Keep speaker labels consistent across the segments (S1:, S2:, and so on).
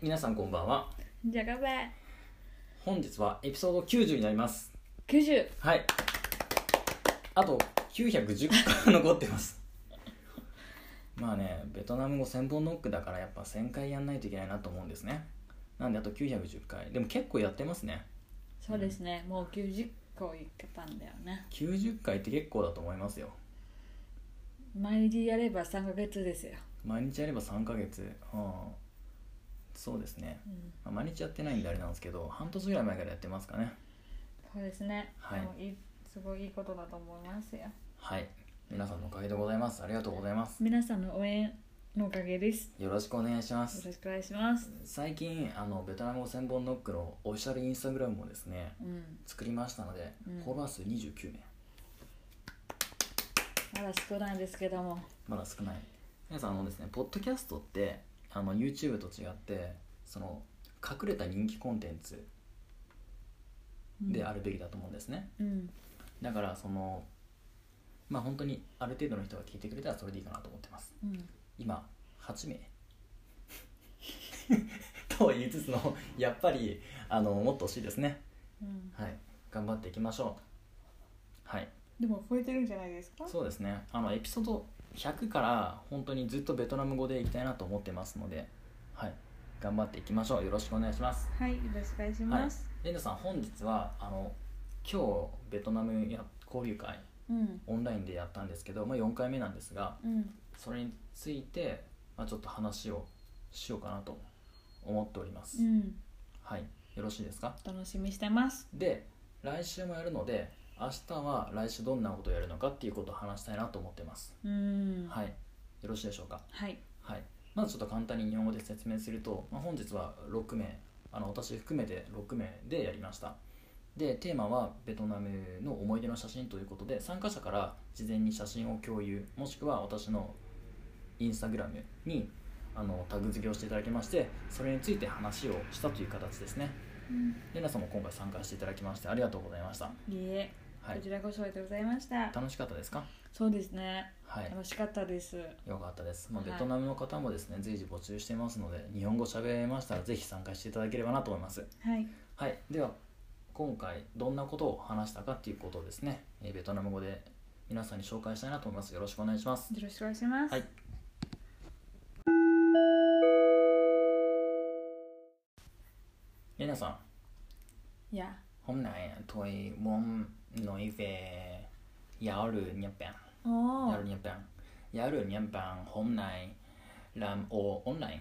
S1: 皆さんこんばんは
S2: Chào các bạn
S1: 本日はエピソード90になります
S2: 90
S1: はいあと910回 残ってますまあねベトナム語1000本ノックだからやっぱ1000回やんないといけないなと思うんですねなんであと910回でも結構やってますね
S2: そうですね、もう90個いってたんだよね
S1: 90回って結構だと思いますよ
S2: 毎日やれば3ヶ月ですよ、
S1: 毎日やれば3ヶ月、うん、そうですね、
S2: うん、
S1: まあ毎日やってないんであれなんですけど半年ぐらい前からやってますかね
S2: そうですね、
S1: はい
S2: もういいすごいいいことだと思いますよ
S1: はい皆さんのおかげでございますありがとうございます
S2: 皆さんの応援のおかげです
S1: よろしくお願いしま
S2: よ
S1: す
S2: ろしくお願いします
S1: 最近あのベトナム語千本ノックのオフィシャルインスタグラムもですね
S2: うん
S1: 作りましたので、
S2: うん
S1: フォロワー数29名
S2: まだ少ないんですけども
S1: まだ少ない皆さんあのですねポッドキャストってあの YouTube と違ってその隠れた人気コンテンツであるべきだと思うんですね、
S2: うん
S1: だからそのまあ本当にある程度の人が聞いてくれたらそれでいいかなと思ってます
S2: うん
S1: 今8名 とは言いつつのやっぱりあのもっと欲しいですね
S2: うん、
S1: はい頑張っていきましょうはい
S2: でも超えてるんじゃないですか
S1: そうですねあのエピソード100から本当にずっとベトナム語でいきたいなと思ってますのではい頑張っていきましょうよろしくお願いします
S2: はいよろしくお願いし
S1: は
S2: ま
S1: い
S2: す、
S1: レンダさん本日はあの今日ベトナムや交流会
S2: うん
S1: オンラインでやったんですけど、まあ、4回目なんですが
S2: うん
S1: それについて、まあ、ちょっと話をしようかなと思っております、
S2: うん
S1: はいよろしいですか
S2: 楽しみにしてます
S1: で来週もやるので明日は来週どんなことをやるのかっていうことを話したいなと思ってます、
S2: うん
S1: はいよろしいでしょうか
S2: はい
S1: はいまずちょっと簡単に日本語で説明すると、まあ、本日は6名あの私含めて6名でやりましたでテーマはベトナムの思い出の写真ということで参加者から事前に写真を共有もしくは私のインスタグラムにあのタグ付けをしていただきましてそれについて話をしたという形ですね
S2: うん
S1: レナさんも今回参加していただきましてありがとうございました、
S2: いいえ、
S1: は
S2: こ
S1: い
S2: ち、らこそありがとうございました
S1: 楽しかったですか
S2: そうですね
S1: はい
S2: 楽しかったです
S1: よかったです、まあ、
S2: はい
S1: ベトナムの方もですね、随時募集してますので日本語喋れましたらぜひ参加していただければなと思います
S2: はい
S1: はいでは今回どんなことを話したかっていうことをですね、えーベトナム語で皆さんに紹介したいなと思いますよろしくお願いします
S2: よろしくお願いします
S1: はいレナさん
S2: いや
S1: hôm nay tôi muốn nói về giáo lửa Nhật Bản giáo
S2: おー
S1: lửa Nhật Bản giáo lửa Nhật Bản hôm nay làm ồ online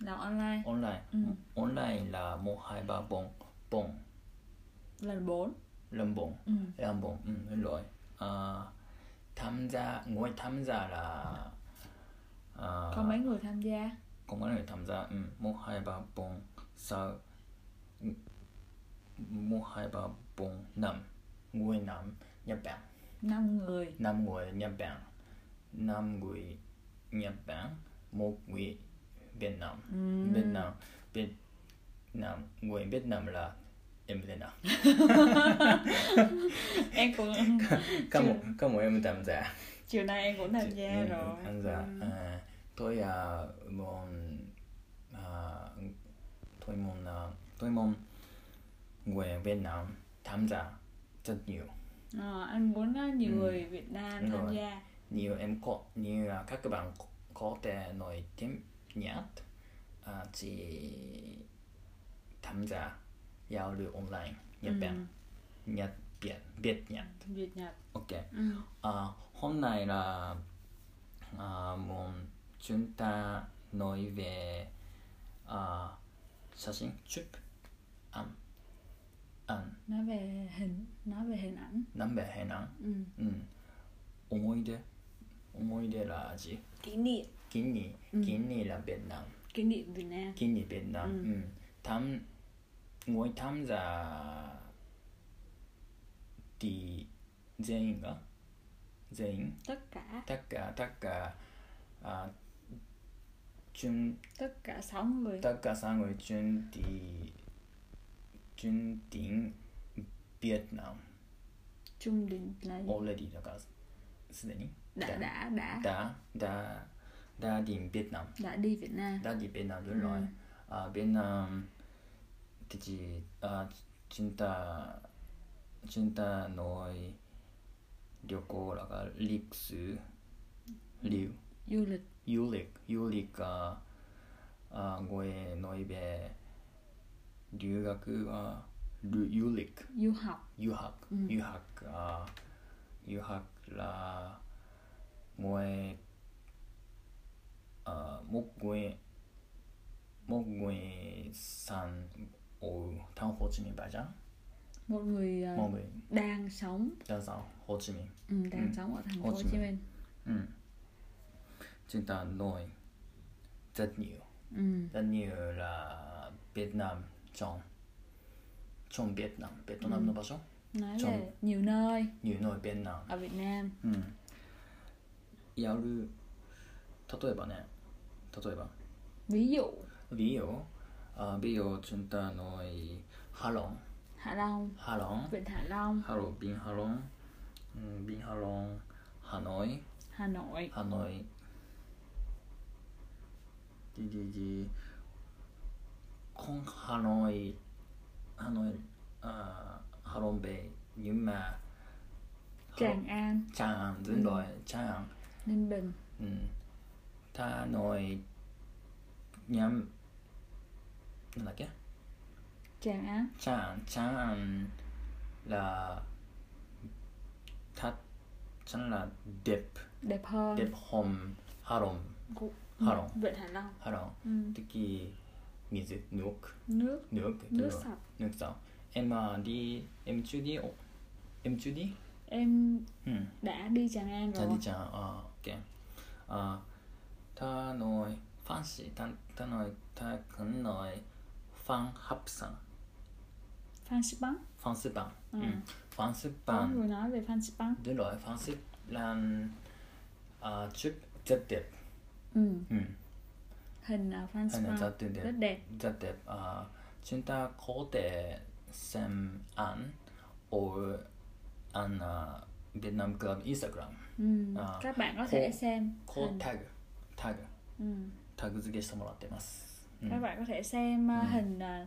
S2: ラオンライン
S1: online
S2: Ừ.
S1: online là một hai ba bốn bốn
S2: ラボ
S1: lâm bốn
S2: ーうん
S1: lâm bốn ừ, xin lỗi à, tham gia ngồi tham gia là à,
S2: có mấy người tham gia
S1: có mấy người tham gia ừ, một hai ba bốn sáu ừ, một hai ba bốn năm người năm nhật bản
S2: 5 người
S1: năm người nhật bản năm người nhật bản một người việt nam
S2: Ừm.
S1: việt nam việt nam người việt nam là em thế nào
S2: em cũng
S1: có một có một em tham gia
S2: chiều nay em cũng tham gia
S1: Ừ,
S2: rồi
S1: tham gia
S2: Ừ.
S1: à, tôi à, muốn à, tôi muốn à, tôi muốn người Việt Nam tham gia rất nhiều
S2: Ờ, anh muốn ờ, nhiều
S1: Ừ.
S2: người Việt Nam
S1: Đúng
S2: tham
S1: rồi.
S2: gia
S1: nhiều em có nhiều à, các bạn có- có thể nói tiếng Nhật à, chỉ tham gia giao lưu online Nhật
S2: Ừ,
S1: Bản Nhật Việt Việt Nhật
S2: Việt Nhật
S1: ok
S2: ừ.
S1: À, hôm nay là à, muốn chúng ta nói về à, sao xin chụp ảnh ảnh
S2: nói về hình nói về hình ảnh
S1: nắm về hình ảnh
S2: ừ.
S1: ừ. Omoide Omoide là gì?
S2: kỷ niệm
S1: Kỷ niệm
S2: Ừ.
S1: Kỷ niệm là Việt Nam
S2: kỷ niệm Việt Nam
S1: Kỷ niệm Việt Nam
S2: Ừ.
S1: ừ. Tham Ngồi tham gia Thì Dành á Dành
S2: tất cả
S1: tất cả tất cả à, chuẩn
S2: tất cả sáu người
S1: tất cả xã người chuẩn bị chuẩn tiếng Việt Nam
S2: trung đình là gì?
S1: already だからすでに
S2: đã đã đã
S1: đã đã đã đến Việt Nam
S2: đã đi Việt Nam
S1: đã đi Việt Nam
S2: Ừ.
S1: rồi rồi あベンナンテチあチュンタチュンタの旅行らがリクスリュウ
S2: Julet.
S1: Julik, Julika, あ語彙のいべ留学はル Julik,
S2: Du học.
S1: 遊博
S2: うん
S1: 遊博あ遊博ら語彙あも語彙も語彙さんを単ホーチミンばじゃん
S2: Một người à,
S1: もぐい
S2: đang sống
S1: じゃんさんホーチミン
S2: ừ, đang
S1: Ừ.
S2: sống ở thành
S1: Hồ
S2: phố
S1: Chí
S2: Hồ Chí Minh.
S1: うんちんたのい絶入
S2: Ừ.
S1: Den nye la Vietnam Chong Chong Vietnam Vietnam の場所
S2: Nói
S1: Trong-
S2: về nhiều nơi
S1: ニューノイベンナ
S2: ở Việt Nam.
S1: ンうんやる例えばね例えば
S2: Ví dụ
S1: Vio あ Vio チュンタのいハロン
S2: Hạ Long,
S1: ハロン
S2: Vịnh Hạ Long,
S1: ハロンビンハロンうんビンハロンハノイ
S2: Hà Nội,
S1: ハノイじじじコンハノイハノイあーハロンベイユンマ
S2: Tràng An,
S1: チャンアンズンロイチャンアン
S2: Ninh Bình,
S1: うんタノイニャンなんだっけ
S2: Tràng An,
S1: チャンアンチャンアンラタチャンラデッ
S2: đẹp
S1: プ
S2: hơn.
S1: デップホンハロン
S2: Gu-
S1: Hạ Long.
S2: Vịnh Hạ Long.
S1: ハロン
S2: Ừ.
S1: 時水 nuk
S2: Nước,
S1: nuk
S2: nước sạch.
S1: nuk さん m d m 中 d o m 中 d
S2: Em
S1: うん
S2: đã đi Tràng An
S1: チャデ
S2: rồi.
S1: ィちゃんあー OK あーたのいファンシーたたのいたくんのいファンハプさん
S2: Phan Xipang.
S1: ファンスパン
S2: うん
S1: うんファンスパ
S2: Có
S1: ン
S2: người nói về Phan Xipang.
S1: でろいファンスランあーチュッゼッテ
S2: Ừ.
S1: プうん
S2: Hình ở Phan
S1: あの
S2: Xipang
S1: ザッテンデ
S2: rất đẹp.
S1: だってあチュンタコーテセンアンオーアンナベトナムクラブインスタグラム
S2: Ừ.
S1: À,
S2: Các bạn có
S1: cô-
S2: thể xem
S1: こ
S2: hình.
S1: うタグタグ
S2: Ừ.
S1: タグ付けしてもらってます、うん
S2: Các bạn có thể xem uh, hình uh,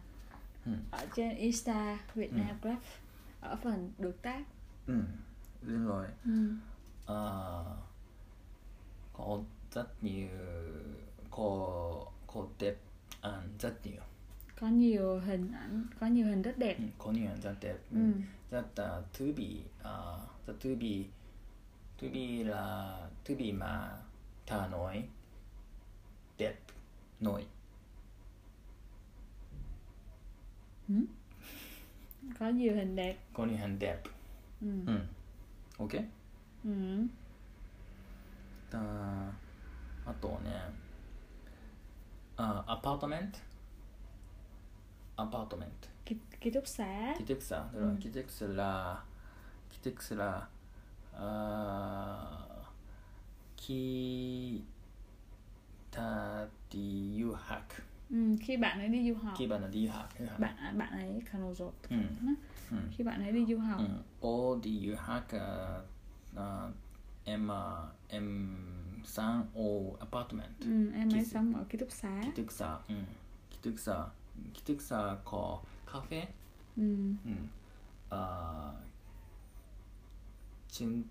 S1: Ừ.
S2: ở trên Insta Việt
S1: Ừ.
S2: Nam Club ở phần được tác.
S1: うん全然
S2: Ừ.
S1: あーこうザニューこうこうでアンザニュー
S2: Có nhiều hình ảnh, có nhiều hình rất đẹp.
S1: うんこにゅんザテ
S2: う
S1: うんんザタトゥービーあザトゥービートゥービーラトゥービーマータノイデップノイ Ừ.
S2: Có nhiều hình đẹp.
S1: こにゅんデップ
S2: Ừ.
S1: うんオッケー
S2: Ừ.
S1: だあとねあアパートメントアパートメント
S2: Ký, ký túc xá.
S1: キテクサ、だからキテクスラ、キテクスラ、あーキタディユハ
S2: Ừ. Khi bạn ấy đi du học,
S1: ク、キバナディハク、
S2: bạn bạn ấy Kanozo.
S1: うん、うん、
S2: Khi bạn ấy đi du học,
S1: うん、オーディユハク、あエマ、エムさん、おアパートメント、
S2: ừ, em ấy
S1: Ký-
S2: sống ở ký túc xá.
S1: キテクサ、うん、キテクサ、キテクサ、こう、カフェ、
S2: Ừ.
S1: うん、あーチュン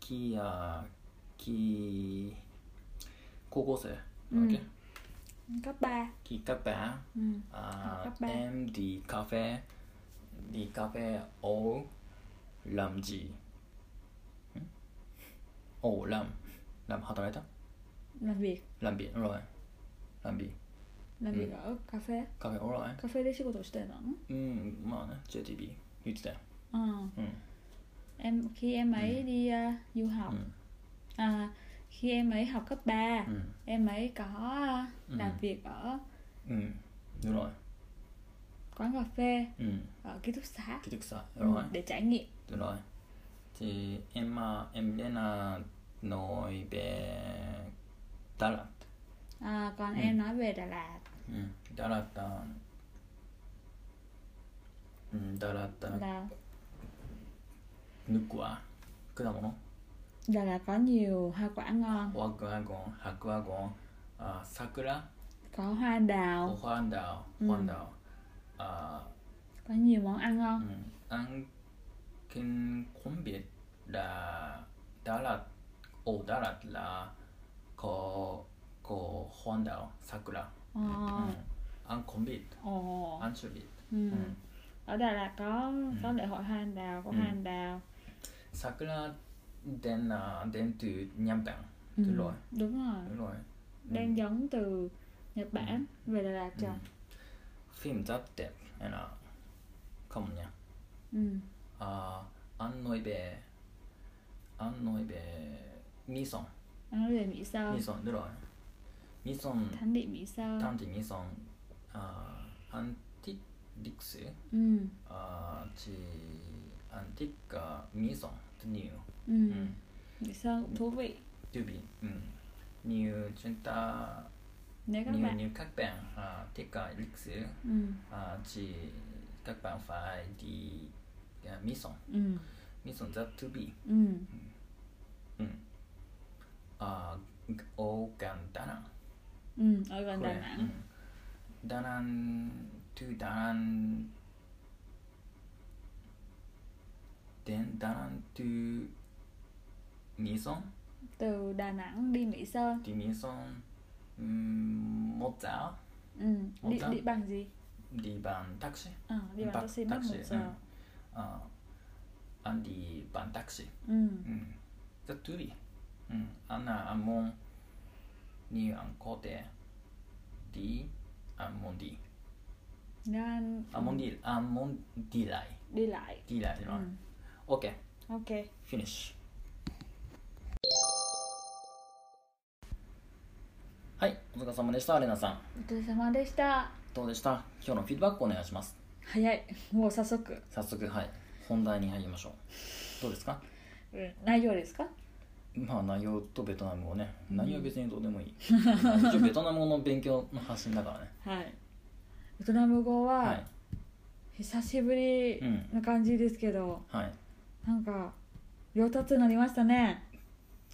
S1: キヤキ高校生なんだっけ、
S2: Cấp 3.
S1: キカフェ
S2: Ừ.
S1: あ
S2: カフ
S1: ー
S2: ェ
S1: MD カフェ D カフェ O ラムジーん O ラムラム働いた
S2: Làm việc,
S1: ランビーロイランビー
S2: làm
S1: Ừ.
S2: việc ở cà phê.
S1: カフェオロイ
S2: Cà phê đi仕事してたの
S1: うん嗯まあね JTB 言ってたよ
S2: Ờ.
S1: うん
S2: Em khi em ấy đi à, du học.
S1: Ừ.
S2: À, khi em ấy học cấp 3,
S1: うん
S2: em ấy có à, làm
S1: Ừ.
S2: việc ở
S1: うんヌロ
S2: quán cà phê
S1: イうん
S2: ở ký túc xá
S1: キテクサ
S2: ừ,
S1: ロイ
S2: để trải nghiệm.
S1: Đúng rồi. Thì em à, em đến là nói về Đà Lạt.
S2: À, còn
S1: Ừ.
S2: em nói về Đà Lạt,
S1: Ừ. Đà Lạt. À... Ừ, Đà Lạt à,
S2: là
S1: nước quả. Cái nào nó?
S2: Đà Lạt có nhiều hoa quả ngon,
S1: Hoa quả gòn, hạt quả gòn, à, sakura,
S2: có hoa đào
S1: hoa anh đào
S2: Ừ.
S1: hoa anh đào à,
S2: có nhiều món ăn ngon
S1: ăn kinh không biết là Đà Lạt ở Đà Lạt là có có hoa anh đào sakura
S2: ồ
S1: ừ. ăn không biết
S2: Ờ. ồ
S1: ăn chưa biết
S2: ừ.
S1: ừ.
S2: ở Đà Lạt có có lễ hội hoa anh đào có
S1: Ừ.
S2: hoa anh đào
S1: sakura den là den từ Nhật Bản
S2: Ừ,
S1: Đúng rồi. Ừ.
S2: đúng rồi
S1: đúng rồi
S2: đang giống từ Nhật Bản
S1: Ừ.
S2: về Đà Lạt trồng
S1: phim rất đẹp hay là không nhỉ
S2: ừ.
S1: à, ăn nói về ăn nói về mi sông
S2: ăn về Mỹ Sơn
S1: mi sông đúng rồi mi sông
S2: thánh địa Mỹ Sơn
S1: 探偵ミソンあーアンティリクス
S2: ừ.
S1: あーちアンティッカミソンニュー
S2: Ừ.
S1: うん、
S2: Mỹ Sơn cũng thú vị
S1: ドゥビう
S2: Ừ.
S1: んニューチュンタ
S2: nếu
S1: ニ
S2: các
S1: ュー
S2: bạn à,
S1: ニューカッペンあーティッカリクス
S2: ừ.
S1: あーちカッペンファイディあミソン
S2: Ừ.
S1: ミソンザトゥビ
S2: Ừ.
S1: うん
S2: À,
S1: あーオーガンダナン
S2: Ừ. ở gần
S1: これ
S2: Đà Nẵng
S1: うんダナントゥダナンでんダナントゥミソン
S2: từ Đà Nẵng đi Mỹ Sơn
S1: ディミソンうんモッツァ
S2: ừ.
S1: Một
S2: đi,
S1: giờ.
S2: đi bằng gì
S1: ディバンタクシー
S2: Ờ, đi bằng
S1: バ
S2: taxi mất một
S1: うん
S2: giờ
S1: あアンディバンタクシー
S2: ừ.
S1: うんザトゥリうんアナアモンニュアンコテディアンモンディ
S2: Nên anh
S1: アンモンディアンモンディライ
S2: đi lại
S1: ディライじゃない
S2: ừ.
S1: OK
S2: Ok
S1: finish はいお疲れ様でしたレナさん
S2: お疲れ様でした
S1: どうでした今日のフィードバックお願いします
S2: 早いもう早速、
S1: 早速はい本題に入りましょうどうですか
S2: うん、内容ですか
S1: まあ内容とベトナムをね内容は別にどうでもいい一応ベトナム語の勉強の発信だからね
S2: はいベトナム語 は、
S1: はい
S2: 久しぶり
S1: うん
S2: な感じですけど、
S1: はい
S2: なんか上達になりましたね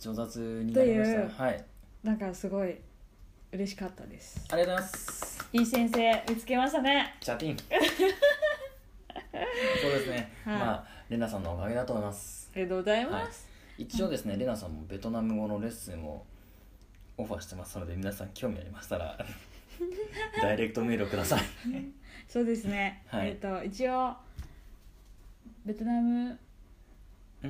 S1: 上達になりまし
S2: という
S1: たはい
S2: なんかすごい嬉しかったです
S1: ありがとうございます
S2: いい先生見つけましたね
S1: チャ ティンそうですね、
S2: はい
S1: まあレナさんのおかげだと思います
S2: ありがとうございます、
S1: 一応ですね、レナさんもベトナム語のレッスンをオファーしてますので皆さん興味ありました らダイレクトメールをください
S2: そうですね、
S1: はい
S2: えっ、と一応ベトナム
S1: ん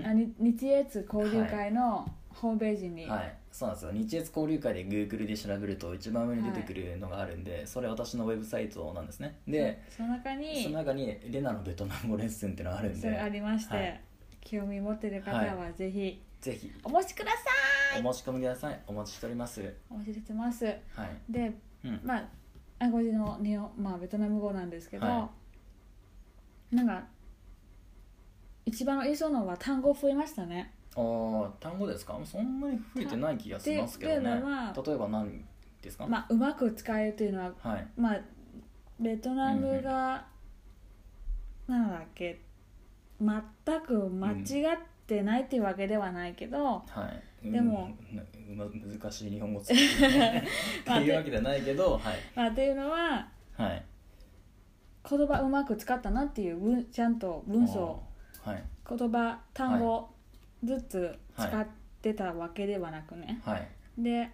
S2: あに日越交流会のホームページに、
S1: はいそうなんですよ日越交流会で Google で調べると一番上に出てくるのがあるんで、それ私のウェブサイトなんですねで、
S2: そその中に
S1: その中にレナのベトナム語レッスンっていうのがあるん
S2: そ
S1: で
S2: れありまして、
S1: はい
S2: 興味持ってる方はぜひ
S1: ぜひ
S2: お持ちください
S1: お申し込みくださいお待ちしております
S2: お待ちしてます
S1: はい
S2: で
S1: うん
S2: まあ暗号字の日本、まあ、ベトナム語なんですけど、
S1: は
S2: なんか一番言いそうなのは単語増えましたね
S1: あー単語ですかそんなに増えてない気がしますけどね
S2: たっていうのは
S1: 例えば何ですか、
S2: まあうまく使えるというのは
S1: はい
S2: まあベトナムが、なんだっけ全く間違ってないっていうわけではないけど、
S1: はい、
S2: でも
S1: うん、なうま難しい日本語を使ってっていうわけではないけど、はい
S2: まあっていうのは
S1: はい、
S2: 言葉うまく使ったなっていう文ちゃんと文章
S1: あーはい
S2: 言葉単語ずつ使ってたわけではなくね、
S1: はい
S2: で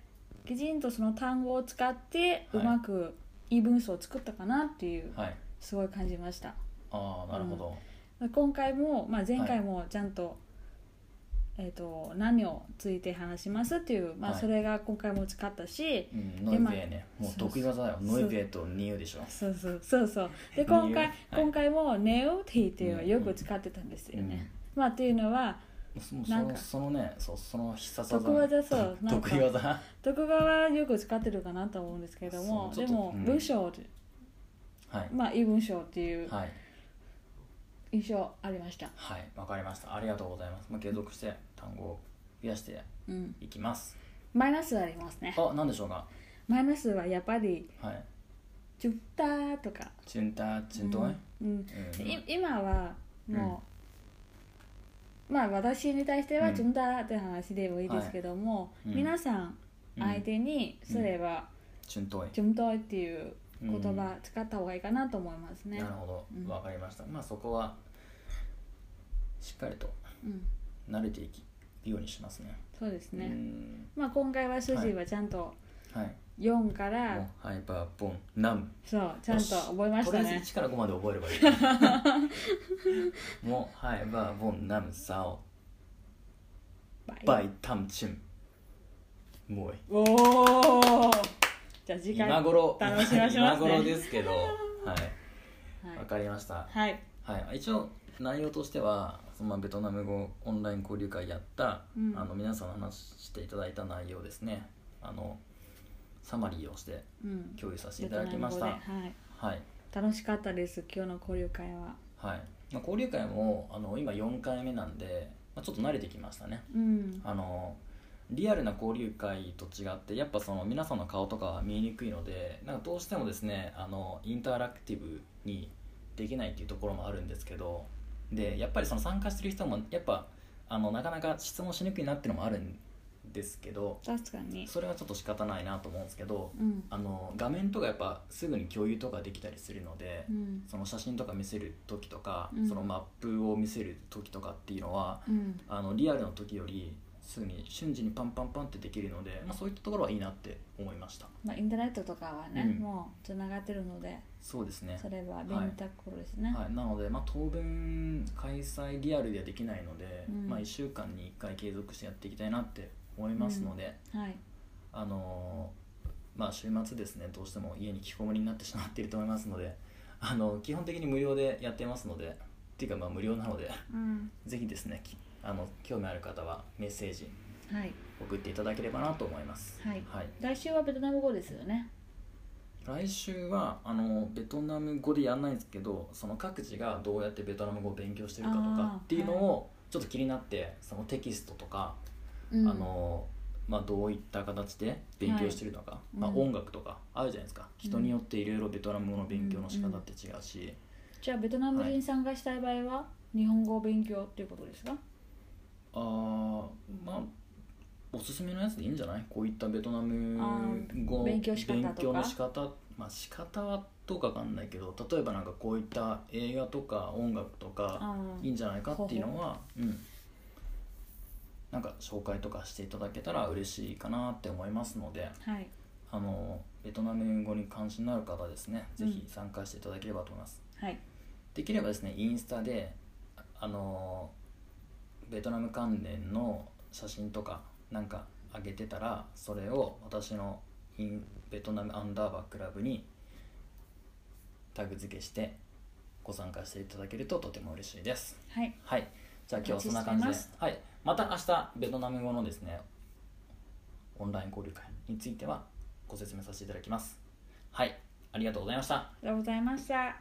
S2: きちんとその単語を使って
S1: はいう
S2: まくいい文章を作ったかなっていう
S1: はい
S2: すごい感じました
S1: ああなるほど、
S2: 今回も、まあ、前回もちゃんと,、えー、と何をついて話しますっていう、まあ、
S1: はい
S2: それが今回も使ったし、
S1: うん、ノイ
S2: で
S1: ベーね
S2: まあ
S1: もう得意技だよ
S2: そう
S1: ノイベーとニューでしょ
S2: そうそうそうそうで
S1: 理由
S2: 今回、
S1: はい
S2: 今回も「ネオティ」っていうのをよく使ってたんですよね、まあっていうのは
S1: そそ
S2: なんか
S1: のそのねそうその必殺技
S2: 徳 技そうなん
S1: 得意
S2: か
S1: 技
S2: 徳川はよく使ってるかなと思うんですけども
S1: そうちょ
S2: で
S1: っと
S2: も
S1: うん
S2: 文章で、
S1: はい
S2: まあいい文章っていう
S1: はい
S2: 印象ありました、
S1: はいわかりましたありがとうございます、まあ、継続して単語を増やして
S2: うん、
S1: いきます
S2: マイナスはありますね
S1: あ何でしょうか
S2: マイナスはやっぱり
S1: はい
S2: 「チュッター」とか
S1: チュンタチュントイ、
S2: うん、
S1: う
S2: い今はもう、まあ私に対して
S1: う
S2: は「
S1: ん
S2: チュンター」って話でもいいですけども、
S1: はいうん
S2: 皆さん
S1: うん
S2: 相手にすれば
S1: チュントイ
S2: チュムトイっていう
S1: う
S2: 言
S1: ん
S2: 葉使った方がいいかなと思いますね
S1: なる。ほど、
S2: うん
S1: わかりましたまあそこはしっかりと
S2: うん、
S1: 慣れていくようにしますね
S2: そうです
S1: う
S2: ね。
S1: ん
S2: まあ今回は主人はちゃんと
S1: はい
S2: 4か
S1: も
S2: ら
S1: うハイパーボンナム
S2: そうちゃんと覚えまし
S1: とりあ
S2: た
S1: え
S2: ね
S1: ず。1から5まで覚えればいいもうハイパーボンナムサオ
S2: バ
S1: バ
S2: イ。
S1: イタムチュンもう
S2: おお。じゃあ次回
S1: 今頃
S2: 楽しみましょうね
S1: 今頃ですけどはい
S2: はい
S1: わかりました
S2: はい。
S1: はい、一応内容としてはそのまあベトナム語オンライン交流会やった、
S2: うん
S1: あの皆さんの話していただいた内容ですねあのサマリーをして
S2: うん。
S1: 共有させていただきまし
S2: ベ
S1: た
S2: トナム語ではい。
S1: はい、
S2: 楽しかったです今日の交流会は。
S1: はいまあ、交流会もあの今4回目なんで、まあ、ちょっと慣れてきましたね
S2: うん。
S1: あのリアルな交流会と違ってやっぱその皆さんの顔とかは見えにくいのでなんかどうしてもですねあのインタラクティブにできないっていうところもあるんですけどでやっぱりその参加してる人もやっぱあのなかなか質問しにくいなっていうのもあるんですけど
S2: 確かに。
S1: それはちょっと仕方ないなと思うんですけど
S2: うん。
S1: あの画面とかやっぱすぐに共有とかできたりするので、
S2: うん。
S1: その写真とか見せる時とか、
S2: うん
S1: そのマップを見せる時とかっていうのは
S2: うん。
S1: あのリアルの時よりすぐに瞬時にパンパンパンってできるので、まあ、そういったところはいいなって思いました
S2: まあインターネットとかはね、
S1: うん
S2: もうつながってるので、
S1: そうですね
S2: それは便利だころですね。
S1: はい、なので、まあ、当分開催リアルではできないので、
S2: うん
S1: まあ、1週間に1回継続してやっていきたいなって思いますので、
S2: はい。
S1: あのーまあ週末ですねどうしても家に引きこもりになってしまっていると思いますのであの基本的に無料でやってますのでっていうかまあ無料なので
S2: うん。
S1: ぜひですねきあの興味ある方はメッセージ
S2: はい。
S1: 送っていただければなと思います
S2: はい
S1: はい
S2: 来週はベトナム語ですよね。
S1: 来週はあのベトナム語でやらないんですけどその各自がどうやってベトナム語を勉強してるかと
S2: あ
S1: か
S2: ー
S1: っていうのをちょっと気になって、そのテキストとか、
S2: うん
S1: あのまあ、どういった形で勉強してるのか、
S2: い
S1: まあ、
S2: うん
S1: 音楽とかあるじゃないですか、人によっていろいろベトナム語の勉強の仕方って違うし、
S2: じゃあベトナム人参加したい場合は日本語を勉強っていうことですか、
S1: あーまあおすすめのやつでいいんじゃないこういったベトナム語
S2: あー勉強し方とか
S1: 勉強の仕方まあ仕方はどうかわかんないけど例えばなんかこういった映画とか音楽とか
S2: あー
S1: いいんじゃないかっていうのはうんなんか紹介とかしていただけたら嬉しいかなって思いますので
S2: はい。
S1: あのベトナム語に関心のある方はですね、
S2: うん
S1: ぜひ参加していただければと思います
S2: はい。
S1: できればですねインスタでああのーベトナム関連の写真とかなんか上げてたらそれを私のインベトナムアンダーバークラブにタグ付けしてご参加していただけるととても嬉しいです
S2: はい。
S1: はいじゃあ今日はそんな感じ
S2: お
S1: で
S2: 待ちして
S1: はい、また明日ベトナム語のですねオンライン交流会についてはご説明させていただきますはいありがとうございました
S2: ありがとうございました。